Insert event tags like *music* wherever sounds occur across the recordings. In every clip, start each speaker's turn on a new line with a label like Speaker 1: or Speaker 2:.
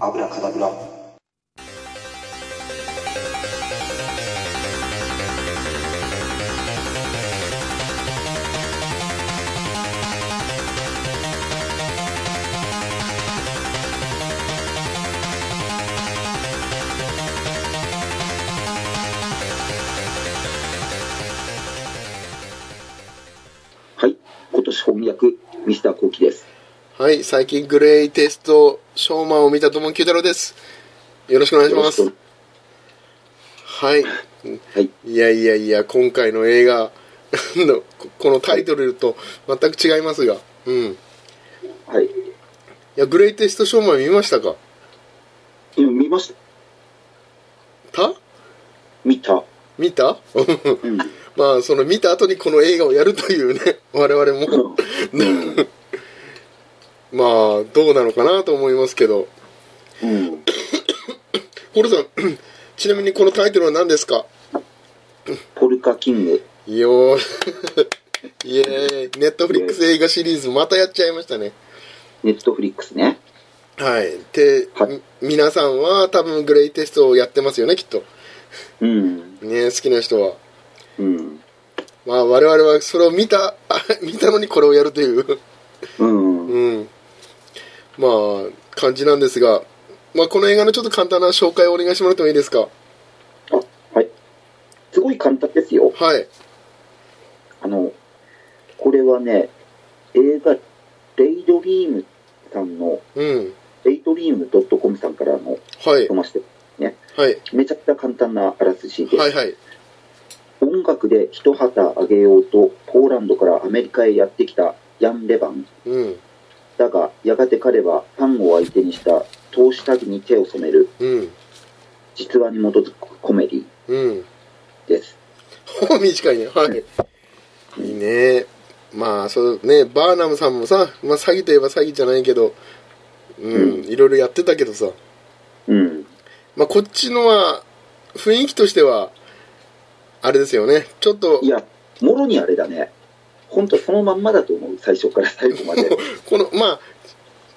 Speaker 1: アブラカダブラはい今年翻訳ミスターコウキです
Speaker 2: はい、最近グレイテストショーマンを見たとも九太郎です。よろしくお願いしま
Speaker 1: よ
Speaker 2: す
Speaker 1: ろし。
Speaker 2: はい。
Speaker 1: はい
Speaker 2: いやいやいや、今回の映画 *laughs* の、ここのタイトルと全く違いますが。うん。い
Speaker 1: はい
Speaker 2: や、グレイテストショーマン見ましたか
Speaker 1: 今見ました
Speaker 2: た
Speaker 1: 見た
Speaker 2: 見た *laughs*
Speaker 1: うん
Speaker 2: まあ、その見た後にこの映画をやるというね、 *laughs* 我々も。まあ、どうなのかなと思いますけど。
Speaker 1: うん
Speaker 2: コルさん、 *clears throat* ちなみにこのタイトルは何ですか
Speaker 1: ポルカキング
Speaker 2: よー *laughs* イエーイネットフリックス映画シリーズまたやっちゃいましたね
Speaker 1: ネットフリックスね
Speaker 2: はいで、
Speaker 1: はい
Speaker 2: み皆さんは多分グレイテストをやってますよねきっと
Speaker 1: うん
Speaker 2: ね好きな人は
Speaker 1: うん
Speaker 2: まあ我々はそれを見た *laughs* あ見たのにこれをやるという
Speaker 1: うん
Speaker 2: うんまあ感じなんですが、まあ、この映画のちょっと簡単な紹介をお願いしてもらってもいいですか
Speaker 1: あはいすごい簡単ですよ
Speaker 2: はい
Speaker 1: あのこれはね映画レイドリームさんの
Speaker 2: うん
Speaker 1: レイドリーム .com さんからの
Speaker 2: はい
Speaker 1: 読まして
Speaker 2: はい
Speaker 1: めちゃくちゃ簡単なあらすじで、
Speaker 2: はいはい
Speaker 1: 音楽で一旗あげようとポーランドからアメリカへやってきたヤン・レバン
Speaker 2: うん
Speaker 1: だがやがて彼はファンを相手にした投資詐欺に手を染める
Speaker 2: うん
Speaker 1: 実話に基づくコメディ
Speaker 2: うん
Speaker 1: です
Speaker 2: *laughs* 短いねはいいいねまあそうねバーナムさんもさ、まあ、詐欺といえば詐欺じゃないけどうん、
Speaker 1: うん
Speaker 2: いろいろやってたけどさ、
Speaker 1: うん
Speaker 2: まあ、こっちのは雰囲気としてはあれですよねちょっと
Speaker 1: いやもろにあれだねほんとそのまんまだと思う最初から最後ま
Speaker 2: *laughs*
Speaker 1: で
Speaker 2: このまあ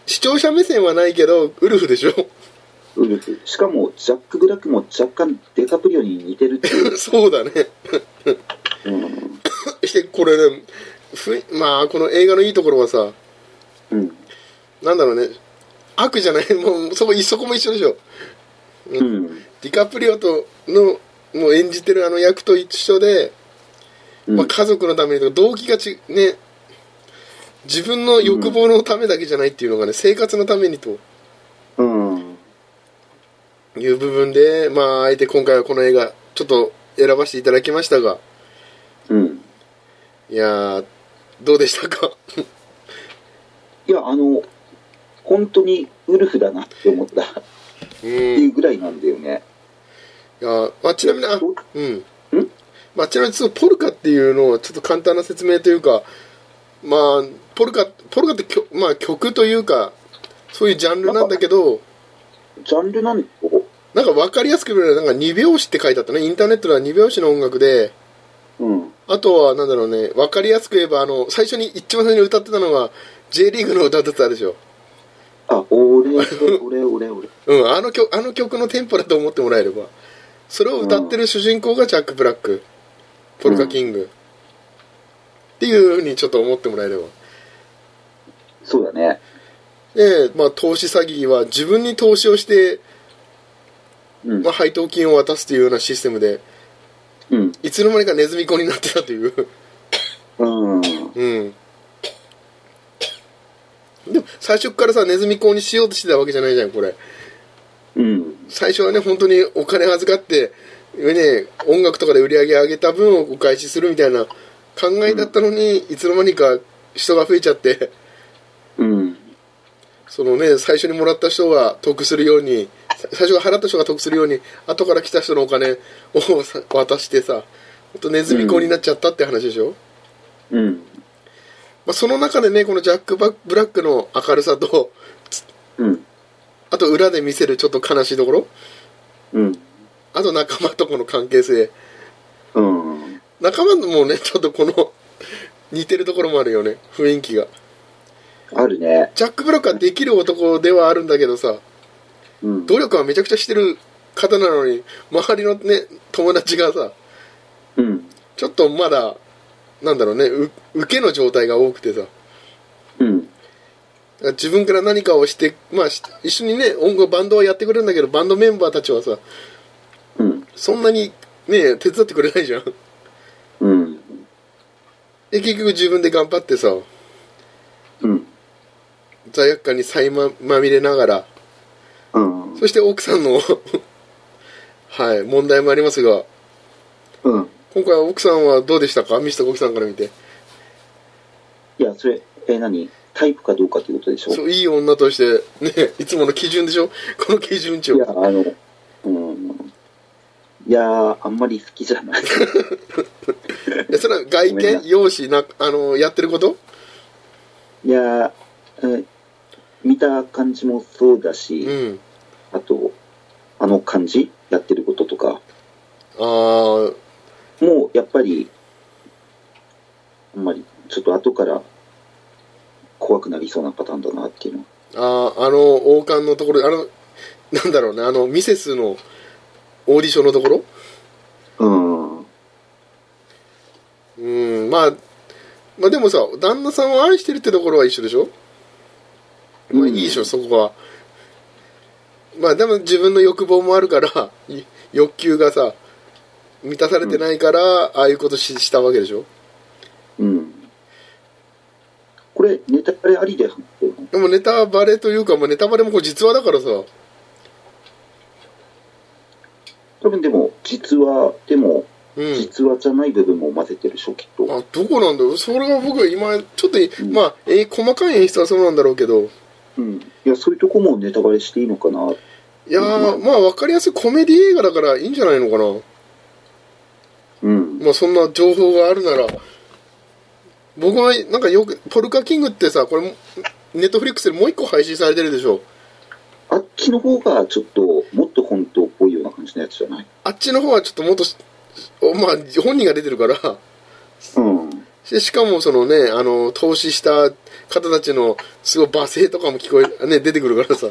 Speaker 2: 視聴者目線はないけどウルフでしょ *laughs*
Speaker 1: ウルフしかもジャック・ブラックも若干デカプリオに似てるっていう、
Speaker 2: そうだね
Speaker 1: うん
Speaker 2: してこれねふいまあこの映画のいいところはさ
Speaker 1: うん
Speaker 2: なんだろうね悪じゃないもうそこそこも一緒でしょ
Speaker 1: うん
Speaker 2: ディカプリオとのもう演じてるあの役と一緒で、
Speaker 1: うん
Speaker 2: まあ、家族のためにとか動機がちね自分の欲望のためだけじゃないっていうのがね、生活のためにと
Speaker 1: うん
Speaker 2: いう部分でまああえて今回はこの映画ちょっと選ばせていただきましたが
Speaker 1: うん
Speaker 2: いやーどうでし
Speaker 1: *laughs*
Speaker 2: たか
Speaker 1: いやあの本当にウルフだなって思ったっ
Speaker 2: う
Speaker 1: て
Speaker 2: ん
Speaker 1: い
Speaker 2: いう
Speaker 1: ぐらいなんだよね、
Speaker 2: やーまあちなみにあ
Speaker 1: ど
Speaker 2: うんまあ、ちなみにそのポルカっていうのをちょっと簡単な説明というか、まあ、ポルカポルカってきょ、まあ、曲というかそういうジャンルなんだけど
Speaker 1: ジャンルなんだろ
Speaker 2: なんか分かりやすく言うのはなんか2拍子って書いてあったねインターネットでは2拍子の音楽で
Speaker 1: うん
Speaker 2: あとはなんだろうね分かりやすく言えばあの最初に一番最初に歌ってたのが J リーグの歌だったでしょ、
Speaker 1: あ俺俺俺俺
Speaker 2: うん、あの曲あの曲のテンポだと思ってもらえればそれを歌ってる主人公がジャック・ブラックポルカ・キング、っていうふうにちょっと思ってもらえれば
Speaker 1: そうだね
Speaker 2: で、まあ、投資詐欺は自分に投資をして、
Speaker 1: うん
Speaker 2: まあ、配当金を渡すというようなシステムで
Speaker 1: うん
Speaker 2: いつの間にかネズミ子になってたという
Speaker 1: うん
Speaker 2: うんでも最初からさネズミ子にしようとしてたわけじゃないじゃんこれ
Speaker 1: うん
Speaker 2: 最初はね本当にお金預かって、ね、音楽とかで売り上げ上げた分をお返しするみたいな考えだったのに、いつの間にか人が増えちゃって
Speaker 1: うん
Speaker 2: そのね最初にもらった人が得するようにさ最初払った人が得するように後から来た人のお金を *laughs* さ渡してさほんとネズミ子になっちゃったって話でしょ、
Speaker 1: うん
Speaker 2: まあ、その中でねこのジャック・バッブラックの明るさと
Speaker 1: うん
Speaker 2: あと裏で見せるちょっと悲しいところ
Speaker 1: うん
Speaker 2: あと仲間とこの関係性
Speaker 1: うん
Speaker 2: 仲間もねちょっとこの似てるところもあるよね雰囲気が
Speaker 1: あるね
Speaker 2: ジャック・ブラックはできる男ではあるんだけどさ
Speaker 1: うん
Speaker 2: 努力はめちゃくちゃしてる方なのに周りのね友達がさ
Speaker 1: うん
Speaker 2: ちょっとまだなんだろうねう受けの状態が多くてさ
Speaker 1: うん
Speaker 2: 自分から何かをして、まあ、し一緒にね音楽バンドはやってくれるんだけどバンドメンバーたちはさ
Speaker 1: うん
Speaker 2: そんなにね手伝ってくれないじゃん
Speaker 1: うん
Speaker 2: で結局自分で頑張ってさ
Speaker 1: うん
Speaker 2: 罪悪感にさいままみれながら
Speaker 1: うん
Speaker 2: そして奥さんの *laughs* はい問題もありますが
Speaker 1: うん
Speaker 2: 今回は奥さんはどうでしたかミスターコキさんから見て
Speaker 1: いやそれえ何タイプかどうかってことでしょ
Speaker 2: そういい女としてねいつもの基準でしょ *laughs* この基準値
Speaker 1: いや
Speaker 2: を
Speaker 1: あのうんいやーあんまり好きじゃない
Speaker 2: *laughs* えそれは外
Speaker 1: ごめんな
Speaker 2: 見容姿なあのやってること
Speaker 1: いやーえ見た感じもそうだし、
Speaker 2: うん
Speaker 1: あとあの感じやってることとか
Speaker 2: ああ
Speaker 1: もうやっぱりあんまりちょっと後から怖くなりそうなパターンだなっていうの
Speaker 2: あーあの王冠のところあのなんだろうねあのミセスのオーディションのところ
Speaker 1: うん
Speaker 2: うんまあまあでもさ旦那さんを愛してるってところは一緒でしょまあいいでしょ、そこはまあでも自分の欲望もあるからい欲求がさ満たされてないから、ああいうことししたわけでしょ
Speaker 1: うんこれネタバレありで話してるの
Speaker 2: でもネタバレというか、まあ、ネタバレもこれ実話だからさ
Speaker 1: 多分でも実話でも
Speaker 2: うん
Speaker 1: 実話じゃない部分も混ぜてるでしょきっと、
Speaker 2: あどこなんだろうそれが僕は今ちょっと、
Speaker 1: ん
Speaker 2: まあ、えー細かい演出はそうなんだろうけど
Speaker 1: うん、いやそういうとこもネタバレしていいのかない
Speaker 2: やー、まあ分かりやすいコメディ映画だからいいんじゃないのかな。
Speaker 1: うん
Speaker 2: まあそんな情報があるなら。僕はなんかよく、ポルカキングってさ、これも、ネットフリックスでもう一個配信されてるでしょ。
Speaker 1: あっちの方がちょっともっと本当っぽいような感じのやつじゃない
Speaker 2: あっちの方はちょっともっとし、おまあ本人が出てるから、
Speaker 1: うん
Speaker 2: でしかもそのね、あの、投資した方たちのすごい罵声とかも聞こえ、ね、出てくるからさ。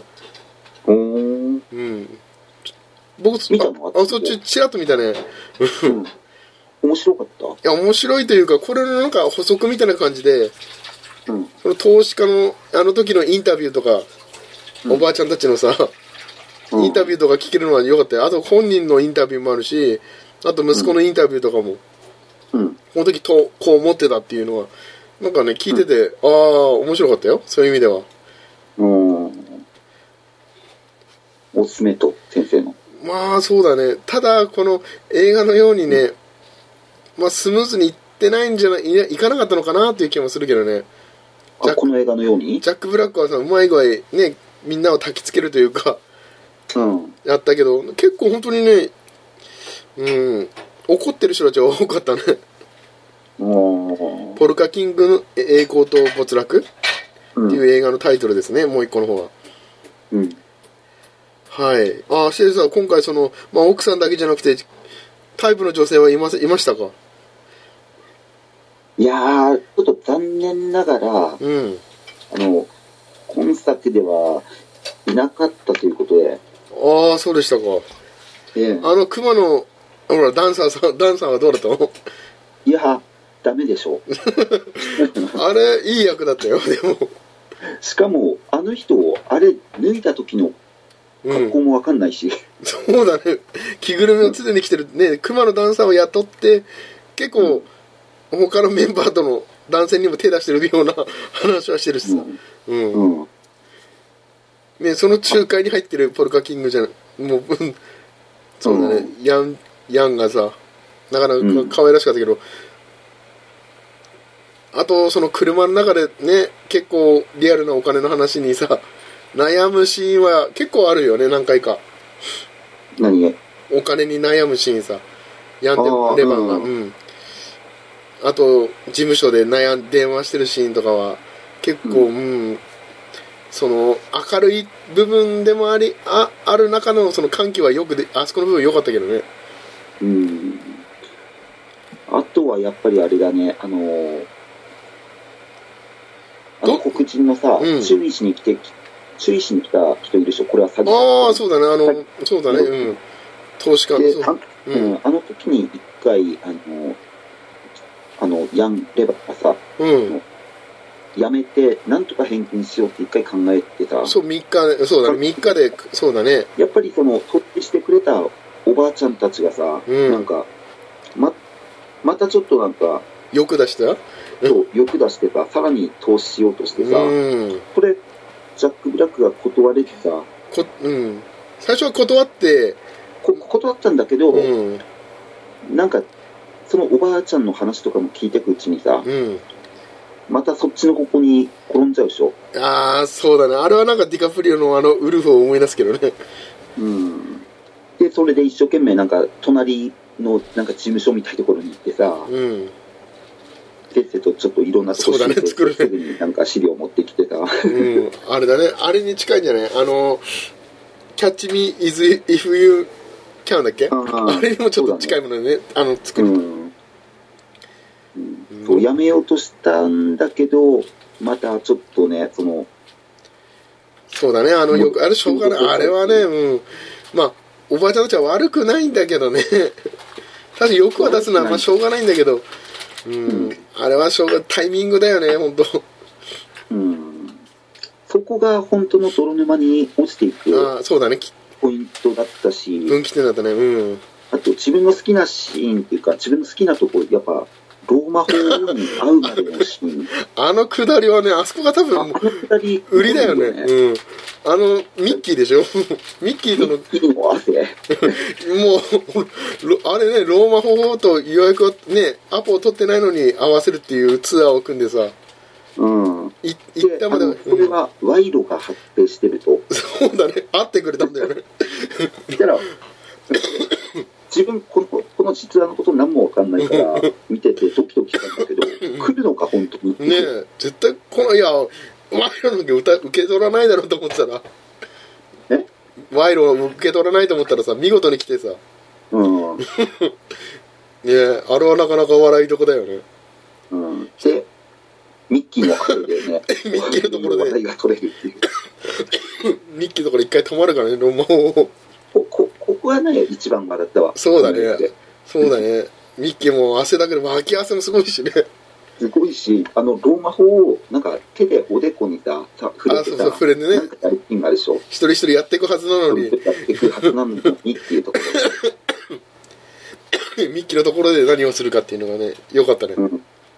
Speaker 1: おー
Speaker 2: うん。僕、
Speaker 1: 見たの
Speaker 2: あ、あそっち、ちらっと見たね。
Speaker 1: うん面白かっ
Speaker 2: いや、面白いというか、これのなんか補足みたいな感じで、
Speaker 1: たうん
Speaker 2: その投資家のあの時のインタビューとか、おばあちゃんたちのさ、インタビューとか聞けるのは良かったよ。あと本人のインタビューもあるし、あと息子のインタビューとかも、
Speaker 1: うん
Speaker 2: この時とこう思ってたっていうのは、なんかね、聞いてて、ああ、面白かったよ。そういう意味では。
Speaker 1: うんおすすめと先生の
Speaker 2: まあ、そうだね。ただ、この映画のようにね、まあ、スムーズにいってないんじゃない、いないかなかったのかなっていう気もするけどね。じゃ
Speaker 1: あこの映画のように
Speaker 2: ジャック・ブラックはさ、うまい具合、ね、みんなを焚きつけるというか、
Speaker 1: うん
Speaker 2: やったけど結構本当にねうん怒ってる人たちが多かったね
Speaker 1: おー
Speaker 2: ポルカキングの栄光と没落
Speaker 1: う
Speaker 2: ってい
Speaker 1: ん
Speaker 2: う映画のタイトルですね、もう一個の方は
Speaker 1: うん
Speaker 2: はいああしてさ今回その、まあ、奥さんだけじゃなくてタイプの女性はいませいましたか
Speaker 1: いやーちょっと残念ながら
Speaker 2: うん
Speaker 1: あの今作ではいなかったということで、
Speaker 2: ああそうでしたか
Speaker 1: ええ
Speaker 2: あの熊のほらダンサーさんダンサーはどうだったの
Speaker 1: いやダメでし
Speaker 2: *laughs*
Speaker 1: ょ
Speaker 2: あれいい役だったよ *laughs* でも
Speaker 1: しかもあの人をあれ脱いだ時の
Speaker 2: う
Speaker 1: 格
Speaker 2: ん
Speaker 1: 好もわかんないし、
Speaker 2: そうだね着ぐるみを常に着てるね熊のダンサーを雇って結構他のメンバーとの男性にも手出してるような話はしてるしさ、うん
Speaker 1: うん、
Speaker 2: ね、その仲介に入ってるポルカキングじゃなもううんそうだね、ヤンヤンがさなかな
Speaker 1: うん
Speaker 2: か可愛らしかったけど、あとその車の中でね結構リアルなお金の話にさ悩むシーンは結構あるよね何回か
Speaker 1: 何へ
Speaker 2: お金に悩むシーンさヤン
Speaker 1: あー
Speaker 2: デレバンが
Speaker 1: うん
Speaker 2: うんあと事務所で悩ん電話してるシーンとかは結構うん、その明るい部分でもありあある中のその歓喜はよくであそこの部分良かったけどね
Speaker 1: うんあとはやっぱりあれだねあのーあの
Speaker 2: ど
Speaker 1: 黒人のさ、
Speaker 2: うん
Speaker 1: 注意しに来てき注意しに来た人いるでしょ、これは詐欺
Speaker 2: ああ、そうだね、あの、
Speaker 1: はい
Speaker 2: そうだね、うん。投資家の、
Speaker 1: で
Speaker 2: そう
Speaker 1: た
Speaker 2: う
Speaker 1: うん
Speaker 2: ん、
Speaker 1: あの時に一回、あの、あの、ヤンレバーがさ、
Speaker 2: うん。
Speaker 1: やめて、なんとか返金しようって一回考えてた。
Speaker 2: そう、3日で、そうだね、3日で、そうだね、
Speaker 1: やっぱりその、取ってしてくれたおばあちゃんたちがさ、
Speaker 2: うん
Speaker 1: なんか、ま、またちょっとなんか、
Speaker 2: 欲出した
Speaker 1: そう欲出してた、さらに投資しようとしてさ、
Speaker 2: うん。
Speaker 1: これ、ジャック・ブラックが断れてさ、
Speaker 2: こ、うん。最初は断って、
Speaker 1: こ断ったんだけど、
Speaker 2: うん、
Speaker 1: なんか、そのおばあちゃんの話とかも聞いてくうちにさ、
Speaker 2: うん。
Speaker 1: またそっちのここに転んじゃうでしょ。
Speaker 2: ああ、そうだね。あれはなんかディカプリオのあの、ウルフを思い出すけどね。 *laughs*
Speaker 1: うん。で、それで一生懸命なんか、隣のなんか事務所みたいなところに行ってさ、
Speaker 2: うん。
Speaker 1: せっせとちょっといろんなとこ
Speaker 2: そうだね
Speaker 1: 調べて
Speaker 2: 作るね
Speaker 1: すぐになんか資料持ってきて
Speaker 2: *laughs*
Speaker 1: さ、
Speaker 2: うん。あれだね。あれに近いんじゃないあの、キャッチミーイズ、イフユーキャンだっけ
Speaker 1: あ
Speaker 2: あれにもちょっと近いものね、あの、作
Speaker 1: う
Speaker 2: る。
Speaker 1: ん。そうやめようとしたんだけど、またちょっとね、その、
Speaker 2: そうだね、あの、よく、あれ、しょうがない。
Speaker 1: うん
Speaker 2: あれはね、うん。まあ、おばあちゃんたちは悪くないんだけどね。 *laughs* 確かに欲は出すのは、まあ、しょうがないんだけど、うん、あれはしょうが、タイミングだよね、本当
Speaker 1: うん。そこが本当の泥沼に落ちていく
Speaker 2: ああ、そうだね、き
Speaker 1: ポイントだったし、
Speaker 2: 分岐点だったね、うん。
Speaker 1: あと自分の好きなシーンっていうか、自分の好きなとこ、やっぱ、ローマ法王に会うまでのシ
Speaker 2: *laughs*
Speaker 1: ーン。
Speaker 2: あのくだりはね、あそこが多
Speaker 1: ああ
Speaker 2: 分
Speaker 1: の、二人、
Speaker 2: 売りだよね。うん。あの、ミッキーでしょ *laughs* ミッキーとの、
Speaker 1: いいの汗。
Speaker 2: もう、ロあれね、ローマ法王と予約をね、アポを取ってないのに合わせるっていうツアーを組んでさ、
Speaker 1: うん。
Speaker 2: い行っ
Speaker 1: で、
Speaker 2: た
Speaker 1: あ
Speaker 2: まで、
Speaker 1: の、これは賄賂が発生してると。
Speaker 2: そうだね。会ってくれたん *laughs* だよね。
Speaker 1: そしたら、自分この、この実話のこと何もわかんないから、見ててドキドキしたんだけど、来るのか、本当に。
Speaker 2: ねえ、絶対この、いや、賄賂の受け受け取らないだろうと思ってたら、
Speaker 1: え
Speaker 2: 賄賂を受け取らないと思ったらさ、見事に来てさ、ね
Speaker 1: うん。
Speaker 2: え、あれはなかなか笑いどこだよね。、
Speaker 1: うん。で、ミッキーのこれでね
Speaker 2: *laughs* ミッキーのところで
Speaker 1: 話題が取れるっていう。
Speaker 2: ミッキーところ一回止まるからね、ロマンを。
Speaker 1: こ、こ、ここはね、一番笑ったわ。
Speaker 2: そうだね。そうだね。ミッキーも汗だけど、脇汗もすごいしね。
Speaker 1: すごいし、あの、ローマ法を、なんか、手でおでこにさ、さ触れて
Speaker 2: あそうそ
Speaker 1: さ、
Speaker 2: う触れてね
Speaker 1: なんかやる意味あるでしょ。
Speaker 2: 一人一人やっていくはずなの
Speaker 1: そ
Speaker 2: に
Speaker 1: れ、でやっていくはずなのにっていうとこ
Speaker 2: ミッキーのところで何をするかっていうのがね、よかったね。
Speaker 1: ろ。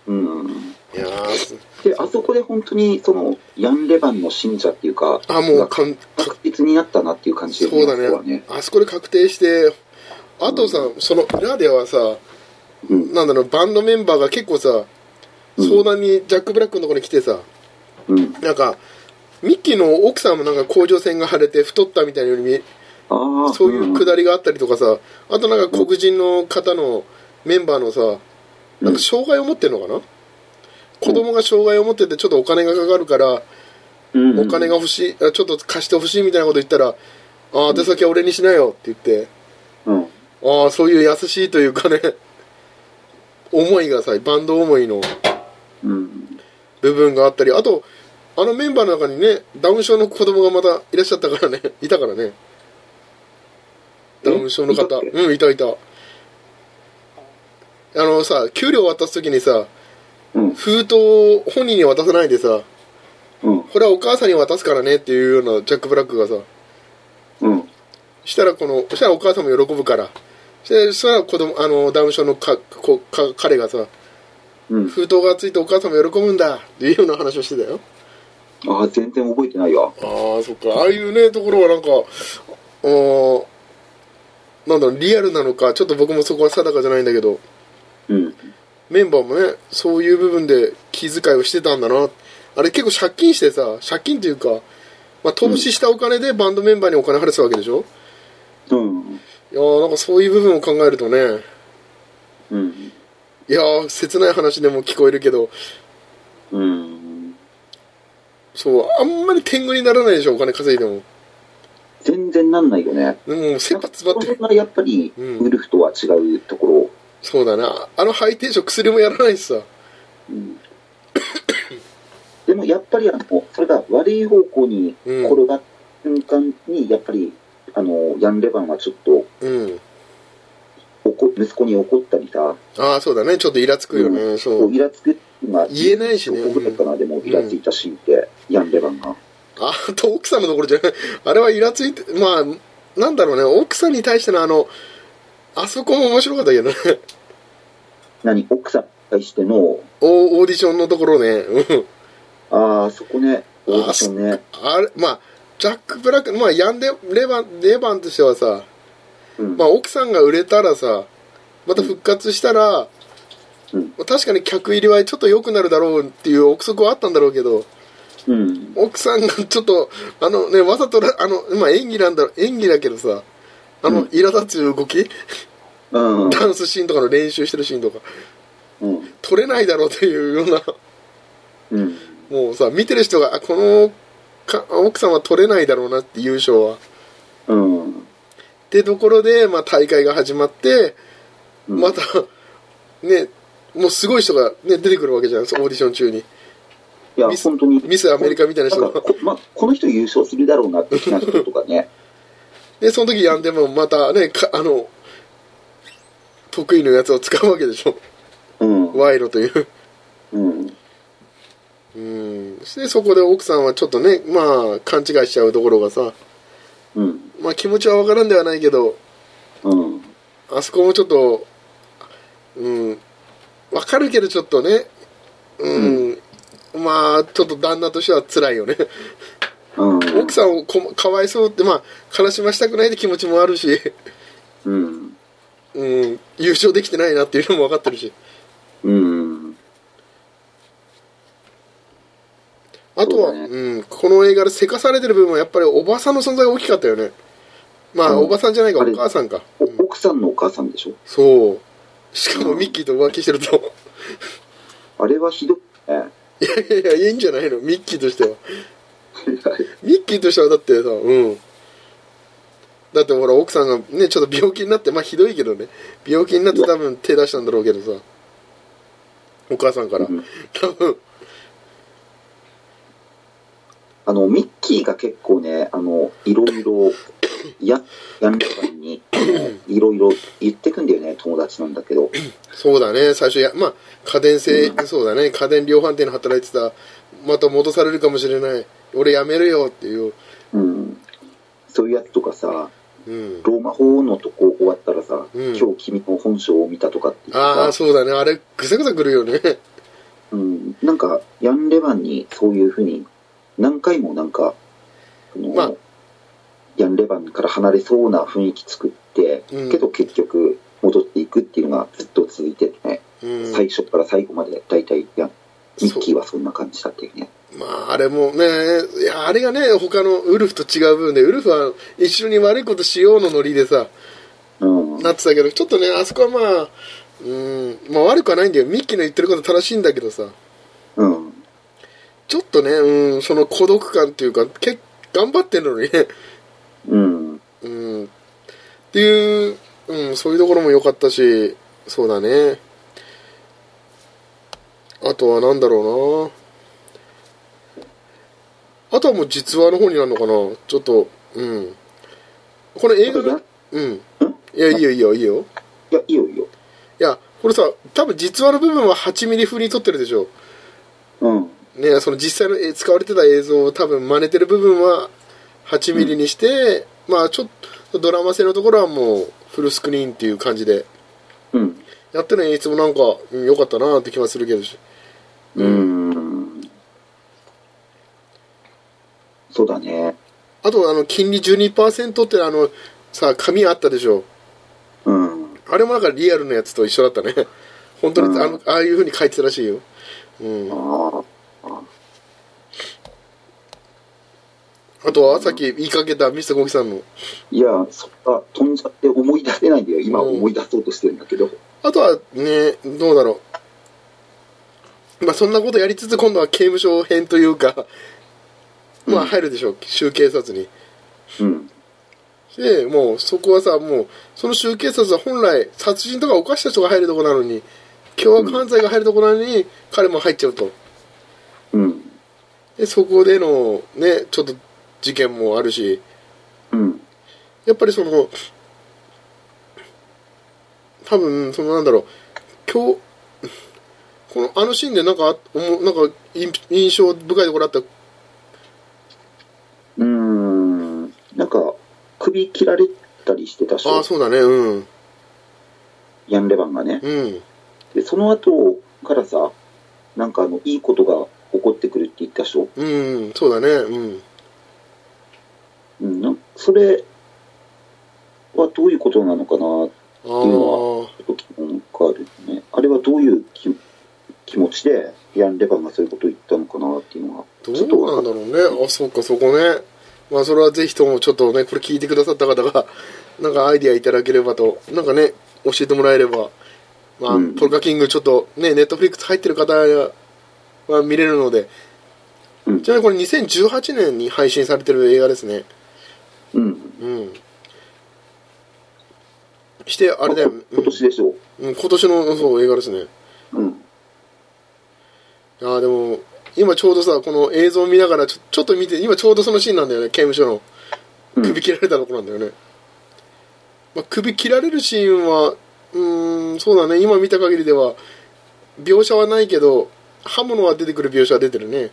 Speaker 1: うん。うん。
Speaker 2: いやー、す
Speaker 1: で、あそこで本当に、その、ヤン・レバンの信者っていうか、
Speaker 2: あ、も
Speaker 1: が
Speaker 2: うかん、
Speaker 1: 確実になったなっていう感じ
Speaker 2: そうだ
Speaker 1: あこは
Speaker 2: ねあそこで確定してあとさその裏ではさ
Speaker 1: うん。
Speaker 2: なんだろうバンドメンバーが結構さ
Speaker 1: うん
Speaker 2: 相談にジャック・ブラックのところに来てさ
Speaker 1: うん。
Speaker 2: なんかミッキーの奥さんもなんか甲状腺が腫れて太ったみたいなように見え
Speaker 1: ああ。
Speaker 2: そういうく
Speaker 1: だ
Speaker 2: だりがあったりとかさあとなんか黒人の方のメンバーのさなんか障害を持ってるのかな子供が障害を持っててちょっとお金がかかるからお金が欲しいあちょっと貸してほしいみたいなこと言ったら「ああ手先は俺にしなよ」って言って。
Speaker 1: うん。
Speaker 2: ああそういう優しいというかね思いがさバンド思いの
Speaker 1: うん。
Speaker 2: 部分があったりあとあのメンバーの中にねダウン症の子供がまたいらっしゃったからね *laughs* いたからねダウン症の
Speaker 1: いた
Speaker 2: 方
Speaker 1: っけ
Speaker 2: うんいたいたあのさ給料渡す時にさ
Speaker 1: うん。
Speaker 2: 封筒を本人に渡さないでさ
Speaker 1: うん。
Speaker 2: これはお母さんに渡すからねっていうようなジャック・ブラックがさ
Speaker 1: うん。
Speaker 2: したらこのしたらお母さんも喜ぶからそしたら子供あのダウン症のかこか彼がさ
Speaker 1: うん。
Speaker 2: 封筒がついてお母さんも喜ぶんだっていうような話をしてたよ
Speaker 1: ああ、全然覚えてないわ。
Speaker 2: ああそっかああいうねところはなんかあーなんだろうリアルなのかちょっと僕もそこは定かじゃないんだけど
Speaker 1: うん。
Speaker 2: メンバーもねそういう部分で気遣いをしてたんだなあれ結構借金してさ借金というか、まあ、投資したお金でバンドメンバーにお金払すわけでしょ、
Speaker 1: うん。
Speaker 2: いやーなんかそういう部分を考えるとね
Speaker 1: うん。
Speaker 2: いやー切ない話でも聞こえるけど
Speaker 1: うん。
Speaker 2: そうあんまり天狗にならないでしょお金稼いでも
Speaker 1: 全然なんないよね。
Speaker 2: でも切羽詰まって
Speaker 1: それがやっぱり、
Speaker 2: うん
Speaker 1: ウルフとは違うところ。
Speaker 2: そうだなあのハイテンション薬もやらないしさ
Speaker 1: うん、でももやっぱりあの、それが悪い方向に
Speaker 2: うん
Speaker 1: 転がった瞬間に、やっぱり、あの、ヤン・レバンはちょっと
Speaker 2: うん
Speaker 1: 怒、息子に怒ったりさ、
Speaker 2: ああそうだねちょっとイラつくよね、そ
Speaker 1: こう
Speaker 2: う
Speaker 1: イラつくが、
Speaker 2: 言えないしね
Speaker 1: どこぐらいかな、でも、イラついたシーンって、ヤン・レバンが。
Speaker 2: あと奥さんのところじゃない *laughs* あれはイラついてまあなんだろうね奥さんに対してのあのあそこも面白かったけどね *laughs*
Speaker 1: 何、奥さんに対しての、
Speaker 2: オーオーディションのところねうん
Speaker 1: ああ、そこね、オーディションね。
Speaker 2: あれまあジャック・ブラックまあヤンデレバンレバンとしてはさ、
Speaker 1: うん
Speaker 2: まあ、奥さんが売れたらさまた復活したら、
Speaker 1: うん
Speaker 2: まあ確かに客入りはちょっと良くなるだろうっていう憶測はあったんだろうけど
Speaker 1: うん。
Speaker 2: 奥さんがちょっとあのねわざとらあの、まあ、演技なんだ演技だけどさあの、
Speaker 1: うん
Speaker 2: 苛立つ動き
Speaker 1: うん。
Speaker 2: ダンスシーンとかの練習してるシーンとか
Speaker 1: うん。
Speaker 2: 撮れないだろうというよう
Speaker 1: う
Speaker 2: な
Speaker 1: ん。
Speaker 2: もうさ見てる人があこのか奥さんは撮れないだろうなって優勝は。
Speaker 1: うん。
Speaker 2: ってところで、まあ、大会が始まって
Speaker 1: うん
Speaker 2: また、ねもうすごい人が、ね、出てくるわけじゃないですかオーディション中に
Speaker 1: いや
Speaker 2: ミ、ス
Speaker 1: 本当に。
Speaker 2: ミスアメリカみたいな人
Speaker 1: なんか
Speaker 2: が
Speaker 1: こま、この人優勝するだろうなって気な人とか
Speaker 2: *laughs*
Speaker 1: ね。
Speaker 2: でその時やんでもまたねかあの得意のやつを使うわけでしょ
Speaker 1: うん。
Speaker 2: 賄賂という
Speaker 1: うん。
Speaker 2: うんでそこで奥さんはちょっとねまあ勘違いしちゃうところがさ
Speaker 1: うん。
Speaker 2: まあ気持ちはわからんではないけど
Speaker 1: うん。
Speaker 2: あそこもちょっとうんわかるけどちょっとねうん、まあちょっと旦那としては辛いよね
Speaker 1: うん。
Speaker 2: 奥さんをこかわいそうってまあ悲しましたくないって気持ちもあるし、
Speaker 1: うん。
Speaker 2: うん、優勝できてないなっていうのも分かってるし
Speaker 1: うん。
Speaker 2: あとはう、
Speaker 1: そうだね
Speaker 2: ん、この映画でせかされてる部分はやっぱりおばさんの存在が大きかったよねまあ、
Speaker 1: うん
Speaker 2: おばさんじゃないかお
Speaker 1: あれ
Speaker 2: 母さんか、
Speaker 1: お
Speaker 2: うん
Speaker 1: 奥さんのお母さんでしょ
Speaker 2: そうしかも
Speaker 1: うん
Speaker 2: ミッキーと浮気してると *laughs*
Speaker 1: あれはひどいね。
Speaker 2: いやいやいやいいんじゃないのミッキーとしてはミッキーとしてはだってさうんだってほら奥さんがねちょっと病気になってまあひどいけどね病気になって多分手出したんだろうけどさお母さんから、
Speaker 1: うん
Speaker 2: 多分
Speaker 1: あの、ミッキーが結構ね、あの、いろいろ、や、やんばんに、いろいろ言ってくんだよね、友達なんだけど。
Speaker 2: そうだね最初やまあ家電製、
Speaker 1: う
Speaker 2: そうだね家電量販店で働いてたまた戻されるかもしれない俺辞めるよっていう
Speaker 1: うん。そういうやつとかさ、
Speaker 2: うん
Speaker 1: ローマ法王のとこ終わったらさ、
Speaker 2: うん
Speaker 1: 今日君の本性を見たとかって言っ
Speaker 2: ああ
Speaker 1: てさ、
Speaker 2: そうだねあれぐさぐさくるよね
Speaker 1: うん、なんか、ヤン・レバンにそういうふうに、何回もなんか、あの
Speaker 2: まあ
Speaker 1: ヤン・レバンから離れそうな雰囲気作って、
Speaker 2: うん
Speaker 1: けど結局戻っていくっていうのがずっと続いててね、
Speaker 2: うん
Speaker 1: 最初から最後まで大体やん、ミッキーはそんな感じだったよね。
Speaker 2: まああれもねいやあれがね他のウルフと違う部分でウルフは一緒に悪いことしようのノリでさ
Speaker 1: うん、
Speaker 2: なってたけどちょっとねあそこはまあうんまあ悪くはないんだよミッキーの言ってること正しいんだけどさ
Speaker 1: うん、
Speaker 2: ちょっとねうんその孤独感っていうかけ頑張ってんのにね
Speaker 1: うん、
Speaker 2: うんっていう、うん、そういうところも良かったし、そうだね。あとは何だろうな。あとはもう実話の方になるのかな。ちょっと、うん。これ映画
Speaker 1: や
Speaker 2: が、うん。いや、いいよ、いいよ、いいよ。
Speaker 1: いや、いいよいいよ。
Speaker 2: いや、これさ、多分実話の部分は8ミリ風に撮ってるでしょ。
Speaker 1: うん、
Speaker 2: ね、その実際のえ使われてた映像を多分真似てる部分は8ミリにして、まあちょっとドラマ性のところはもうフルスクリーンっていう感じで
Speaker 1: うん、
Speaker 2: やってる演出もなんかうん良かったなって気はするけどし
Speaker 1: うん、そうだね。
Speaker 2: あとあの金利12%ってあのさ紙あったでしょ
Speaker 1: うん。
Speaker 2: あれもなんかリアルのやつと一緒だったね本当にあのああいう風に書いてたらしいようん
Speaker 1: あ
Speaker 2: あとはさっき言いかけたミスターゴキさんの
Speaker 1: いや、そっか、飛んじゃって思い出せないんだよ。今
Speaker 2: うん
Speaker 1: 思い出そうとしてるんだけど。
Speaker 2: あとはね、どうだろう。まあそんなことやりつつ今度は刑務所編というか、まあ入るでしょう、州警察に。
Speaker 1: うん。
Speaker 2: で、もうそこはさ、もう、その州警察は本来殺人とか犯した人が入るとこなのに、凶悪犯罪が入るとこなのに、彼も入っちゃうと。
Speaker 1: うん。
Speaker 2: でそこでのねちょっと事件もあるし
Speaker 1: うん。
Speaker 2: やっぱりその多分そのなんだろう今日このあのシーンでなんか思うなんか印印象深いところあった
Speaker 1: うーん。なんか、首切られたりしてたし、
Speaker 2: ああそうだねうん
Speaker 1: ヤンレバンがね。
Speaker 2: うん
Speaker 1: で、その後からさ、なんかあの、いいことが起こってくるって言ったでしょ。
Speaker 2: うんそうだねうん
Speaker 1: うん。なんそれはどういうことなのかな、ちょ
Speaker 2: ああ
Speaker 1: っと疑問があるよね。あれはどういう気気持ちで、ヤンレバンがそういうことを言ったのかなっていうのが。
Speaker 2: どうなんだろうねあそうかそこねまあそれはぜひともちょっとねこれ聞いてくださった方が *laughs* なんかアイディアいただければとなんかね教えてもらえればまあ、
Speaker 1: うん
Speaker 2: ポルカキングちょっとねネットフリックス入ってる方は見れるので
Speaker 1: うん
Speaker 2: ちなみにこれ2018年に配信されてる映画ですね
Speaker 1: うん。
Speaker 2: うんしてあれだよ、うん
Speaker 1: 今年でしょ。
Speaker 2: うん今年のそう映画ですね
Speaker 1: うん。
Speaker 2: あーでも今ちょうどさこの映像見ながらちょちょっと見て今ちょうどそのシーンなんだよね刑務所の
Speaker 1: うん
Speaker 2: 首切られたとこなんだよね、まあ、首切られるシーンはうーんそうだね今見た限りでは描写はないけど刃物は出てくる描写は出てるね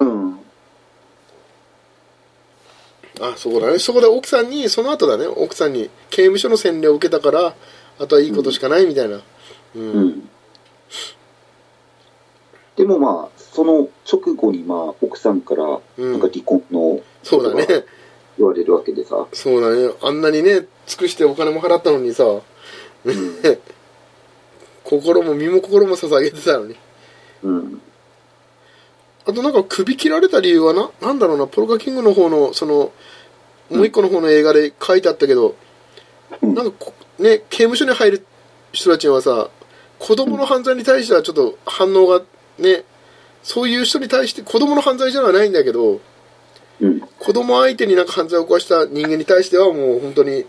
Speaker 1: うん。
Speaker 2: あそこだねそこで奥さんにその後だね奥さんに刑務所の洗礼を受けたからあとはいいことしかないみたいなうん、
Speaker 1: うんでもまあその直後にまあ奥さんから
Speaker 2: うん
Speaker 1: なんか離婚の
Speaker 2: そうだね
Speaker 1: 言われるわけでさ、
Speaker 2: そうだねあんなにね尽くしてお金も払ったのにさ
Speaker 1: うん
Speaker 2: 心も身も心も捧げてたのに
Speaker 1: うん、
Speaker 2: あとなんか首切られた理由はななんだろうなポルカキングの方のそのもう一個の方の映画で書いてあったけど、
Speaker 1: うん
Speaker 2: なんかこね刑務所に入る人たちはさ子供の犯罪に対してはちょっと反応がねそういう人に対して子供の犯罪じゃないんだけど
Speaker 1: うん、
Speaker 2: 子供相手になんか犯罪を犯した人間に対してはもう本当に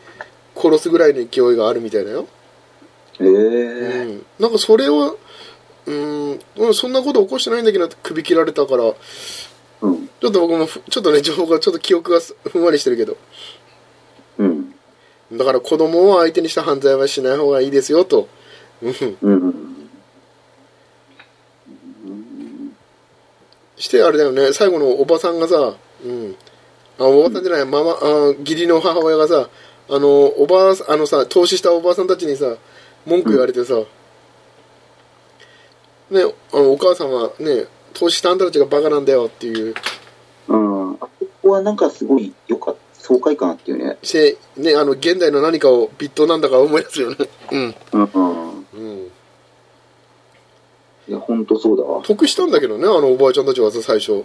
Speaker 2: 殺すぐらいの勢いがあるみたいだよ
Speaker 1: ええ
Speaker 2: う、んなんかそれをうんうんそんなこと起こしてないんだけど首切られたからち
Speaker 1: うん
Speaker 2: ょっと僕もふちょっとね情報がちょっと記憶がすふんわりしてるけど
Speaker 1: うん
Speaker 2: だから子供を相手にした犯罪はしない方がいいですよと、うん、
Speaker 1: うんうん
Speaker 2: してあれだよね最後のおばさんがさ、うん、あおばさんじゃない、ママあ義理の母親がさあのおばああのさ投資したおばさんたちにさ文句言われてさ、ねあのお母さんはね投資したあんたたちがバカなんだよっていう
Speaker 1: うんあそこはなんかすごい良かった爽快感あっていうね
Speaker 2: して、ね、あの現代の何かをビットなんだか思い出すよね、うん
Speaker 1: うんうん
Speaker 2: うん、
Speaker 1: いや本当そうだわ
Speaker 2: 得したんだけどねあのおばあちゃんたちはさ最初、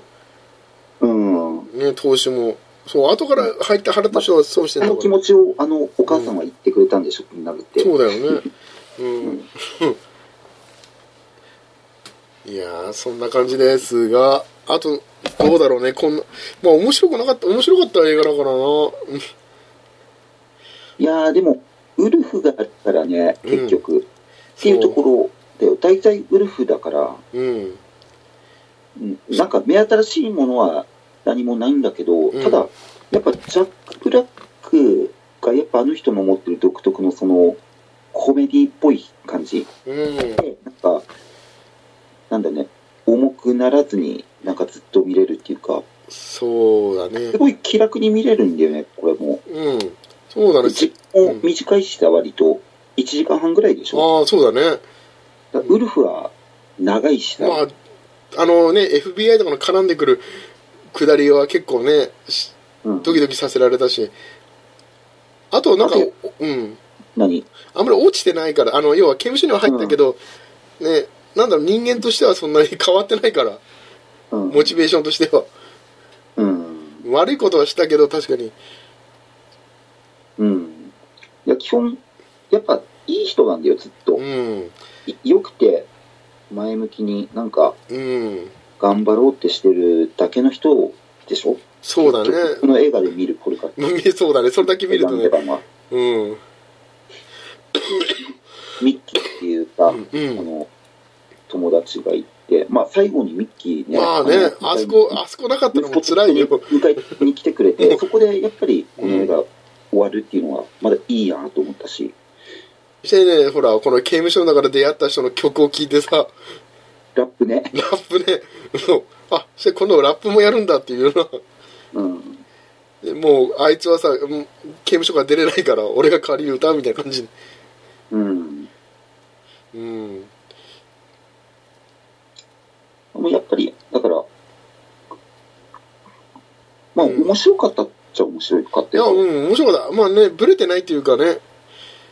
Speaker 1: うんあ
Speaker 2: ね、投資もそう後から入って払った人はそうしてんだか
Speaker 1: の
Speaker 2: ら
Speaker 1: 気持ちをあのお母さんは言ってくれたんでしょ気になるって
Speaker 2: そうだよねうんいやーそんな感じですがあとどうだろうねこんなまあ面白くなかった面白かった映画だからなうん
Speaker 1: いやーでもウルフがあったらね
Speaker 2: うん
Speaker 1: 結局、っていうところだよ大体ウルフだから、
Speaker 2: うん
Speaker 1: うん、なんか目新しいものは何もないんだけど、
Speaker 2: うん
Speaker 1: ただやっぱジャック・ブラックがやっぱあの人の持ってる独特のそのコメディっぽい感じ
Speaker 2: うん
Speaker 1: でなんかなんだね重くならずになんかずっと見れるっていうか
Speaker 2: そうだね
Speaker 1: すごい気楽に見れるんだよねこれも
Speaker 2: うんそうだね
Speaker 1: 時間も短いしさ割と1時間半ぐらいでしょ
Speaker 2: ああそうだね
Speaker 1: だからウルフは長いしさ、
Speaker 2: まあ、あのね、FBI とかの絡んでくる下りは結構ね、し
Speaker 1: うん
Speaker 2: ドキドキさせられたし、あとなんか
Speaker 1: あと、
Speaker 2: うん、
Speaker 1: 何
Speaker 2: あんまり落ちてないから、あの、要は刑務所には入ったけど、ね、なんだろう、人間としてはそんなに変わってないから、
Speaker 1: うん
Speaker 2: モチベーションとしては。
Speaker 1: うん
Speaker 2: 悪いことはしたけど、確かに。
Speaker 1: うんいや基本やっぱいい人なんだよずっと
Speaker 2: うん、
Speaker 1: い良くて前向きになんか
Speaker 2: うん、
Speaker 1: 頑張ろうってしてるだけの人でしょ
Speaker 2: そうだ
Speaker 1: こ
Speaker 2: ね。
Speaker 1: の映画で見るポルカって
Speaker 2: そうだね、それだけ見るとね、
Speaker 1: は
Speaker 2: うん、
Speaker 1: ミッキーっていうか、
Speaker 2: うん
Speaker 1: あの友達がいって、まあ、最後にミッキーね、
Speaker 2: まあね、
Speaker 1: の
Speaker 2: あそこ、あそこなかったのも辛いよ。
Speaker 1: 迎えに来てくれて、そこでやっぱりこの映画終わるっていうのは、まだいいやなと思ったし、
Speaker 2: してね、ほら、この刑務所の中で出会った人の曲を聴いてさ、 *laughs*
Speaker 1: ラップね、
Speaker 2: ラップね、そう、あ、して今度ラップもやるんだっていうな。
Speaker 1: うん、
Speaker 2: *laughs* でもう、あいつはさ、うん刑務所から出れないから、俺が代わりに歌うみたいな感じで。
Speaker 1: うん、
Speaker 2: うん。
Speaker 1: もうやっぱり、だから、まあ、
Speaker 2: うん
Speaker 1: 面白かったっちゃ面白かっ
Speaker 2: い
Speaker 1: た
Speaker 2: や、
Speaker 1: よ。
Speaker 2: うん、面白かった。まあね、ブレてないっていうかね、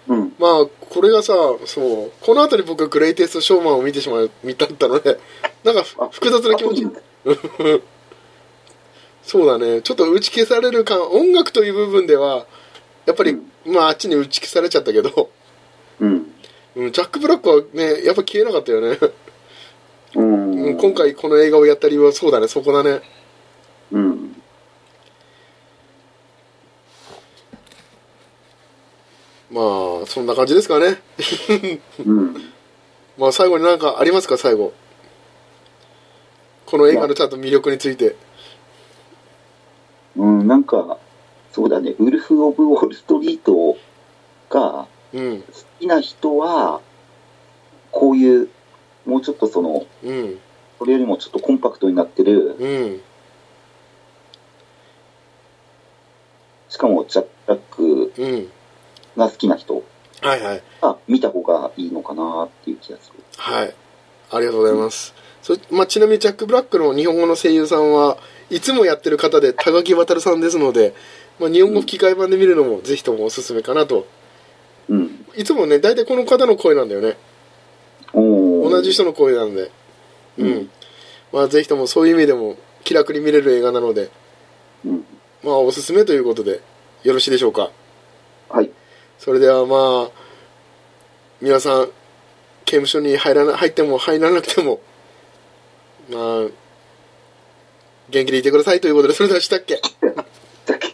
Speaker 1: うん、
Speaker 2: まあ、これがさ、そう、この後に僕はグレイテストショーマンを見てしまう、 *laughs* 見たったので、なんかふ
Speaker 1: あ
Speaker 2: 複雑な気持ち。そうだね、ちょっと打ち消される感、音楽という部分では、やっぱり、まあ、あっちに打ち消されちゃったけど、
Speaker 1: うん、
Speaker 2: うん、ジャック・ブラックはね、やっぱ消えなかったよね。 *laughs*
Speaker 1: うん、
Speaker 2: うん、今、回この映画をやった理由はそうだね、そこだね。
Speaker 1: うん、
Speaker 2: まあ、そんな感じですかね。
Speaker 1: うん。
Speaker 2: まあ、最後になんかありますか、最後。この映画のちゃんと魅力について。
Speaker 1: うん、なんか、そうだね、ウルフ・オブ・ウォール・ストリートが
Speaker 2: うん、
Speaker 1: 好きな人は、こういう、もうちょっとその、
Speaker 2: うん、
Speaker 1: これよりもちょっとコンパクトになってる、
Speaker 2: うん、
Speaker 1: しかもジャック・ブラック
Speaker 2: うん。
Speaker 1: が好きな人
Speaker 2: はいはい。
Speaker 1: が見た方がいいのかなっていう気がする。
Speaker 2: はい。ありがとうございます。そまあ、ちなみにジャック・ブラックの日本語の声優さんはいつもやってる方で高木渉さんですので、まあ、日本語吹き替え版で見るのもぜひともおすすめかなと
Speaker 1: うん。
Speaker 2: いつもね大体この方の声なんだよね
Speaker 1: おー
Speaker 2: 同じ人の声なんでうん、
Speaker 1: うん
Speaker 2: まあぜひともそういう意味でも気楽に見れる映画なので
Speaker 1: うん。
Speaker 2: まあおすすめということでよろしいでしょうか
Speaker 1: はい。
Speaker 2: それではまあ皆さん刑務所に入らな入っても入らなくてもまあ元気でいてくださいということでそれではしたっけ
Speaker 1: だっけ